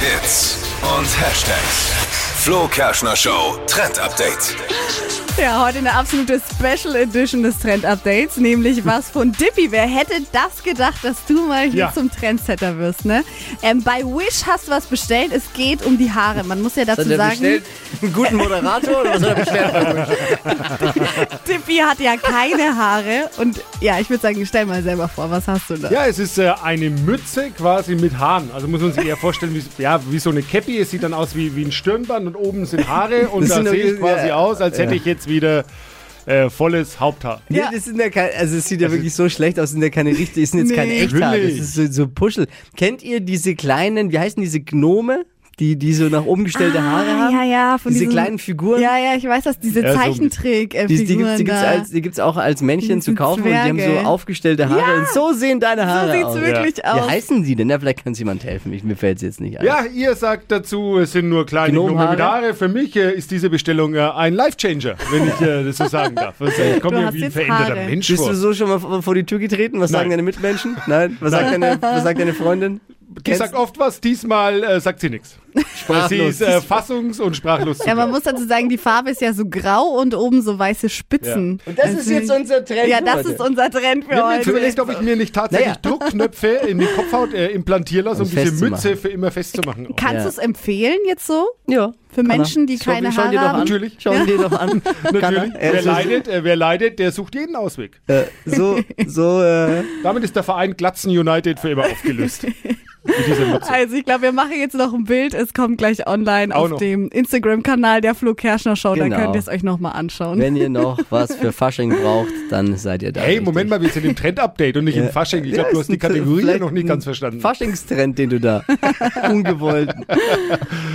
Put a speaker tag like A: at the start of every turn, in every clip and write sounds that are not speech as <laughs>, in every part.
A: Hits und Hashtags. Flo Kerschner Show Trend Update.
B: Ja, heute eine absolute Special Edition des Trend Updates, nämlich was von Dippy. Wer hätte das gedacht, dass du mal hier
C: Ja.
B: zum Trendsetter wirst, ne? Ähm, bei Wish hast du was bestellt. Es geht um die Haare. Man muss ja dazu
D: Hat er
B: sagen,
D: bestellt einen guten Moderator oder was hat er <laughs> bestellt?
B: Dippy hat ja keine Haare. Und ja, ich würde sagen, stell mal selber vor, was hast du da?
C: Ja, es ist äh, eine Mütze quasi mit Haaren. Also muss man sich eher vorstellen, wie, ja, wie so eine Cappy. Es sieht dann aus wie, wie ein Stirnband und oben sind Haare und
D: <laughs> Das
C: da
D: sind doch
C: sehe
D: die-
C: ich quasi
D: ja.
C: aus, als hätte ich jetzt wieder äh, volles Haupthaar.
D: Nee,
B: Ja.
D: das sind ja keine, also es sieht ja wirklich so schlecht aus, sind ja keine richtigen, sind jetzt
B: Nee.
D: keine Echthaar, das
C: Natürlich.
D: ist so, so Puschel. Kennt ihr diese kleinen, wie heißen diese Gnome, die, die so nach oben gestellte Haare
B: Ah,
D: haben?
B: ja, ja, von
D: diese
B: diesem-
D: kleinen Figuren?
B: Ja, ja, ich weiß das, diese
C: Ja, so-
B: Zeichentrick-Figuren
D: Die, die gibt's, die gibt's
B: da.
D: als, die gibt's auch als Männchen
B: Diese
D: zu kaufen und die haben
B: Zwerge.
D: so aufgestellte Haare und so sehen deine
B: so
D: Haare
B: sieht's
D: aus.
B: wirklich
D: Wie
B: aus.
D: heißen die denn? Na, vielleicht kann uns jemand helfen. Ich, mir fällt's jetzt nicht ein.
C: Ja, ihr sagt dazu, es sind nur kleine Gnome
D: Gnomenhaare.
C: mit Haare. Für mich äh, ist diese Bestellung äh, ein Life-Changer, wenn ich äh, das so sagen darf. Also, ich
B: Du
C: komme mir
B: hast
C: wie ein
B: jetzt
C: veränderter
B: Haare.
C: Mensch
D: Bist
C: vor.
D: du so schon mal vor vor die Tür getreten? Was sagen
C: Nein.
D: deine Mitmenschen? Nein? Was, Sagt, deine, was sagt deine Freundin?
C: Die sagt oft was, diesmal äh, sagt sie
D: <laughs>
C: nichts. Sie
D: Sprachlos.
C: ist äh, fassungs- und sprachlos.
B: ja, man muss dazu sagen, die Farbe ist ja so grau und oben so weiße Spitzen.
D: Und das ist jetzt unser Trend.
B: Ja, das
D: Äh, Leute.
B: ist unser Trend für
C: Ich habe mir
B: heute.
C: überlegt, ob ich mir nicht tatsächlich
D: Naja.
C: Druckknöpfe in die Kopfhaut äh, implantieren lasse, um
D: Um
C: diese
D: festzumachen.
C: Mütze für immer festzumachen. Auch.
B: Kannst
D: Ja.
B: du es empfehlen jetzt so?
D: Ja.
B: Für Menschen, die
D: Schau-
B: keine
D: schau
B: Haare
D: dir doch
B: haben?
D: an.
C: Natürlich.
D: Schau dir doch an. Kann er?
C: Natürlich,
D: Er
C: wer
D: ist so-
C: leidet, äh, wer leidet, der sucht jeden Ausweg.
D: Äh, so, so, äh,
C: Damit ist der Verein Glatzen United für
D: <laughs>
C: immer aufgelöst. Mit dieser Mütze.
B: Also ich glaube, wir machen jetzt noch ein Bild. Es kommt gleich online
C: Auch
B: auf
C: noch.
B: dem Instagram-Kanal der Flo Kerschner Show. Dann
D: Genau.
B: könnt ihr es euch nochmal anschauen.
D: wenn ihr noch was für Fasching braucht, dann seid ihr da. Äh,
C: Hey, Moment mal, wir sind im Trend-Update und nicht im Fasching. Ich glaube, du hast die Kategorie noch nicht ganz verstanden. <laughs>
D: <laughs> Faschingstrend, den du da ungewollt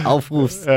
D: aufrufst.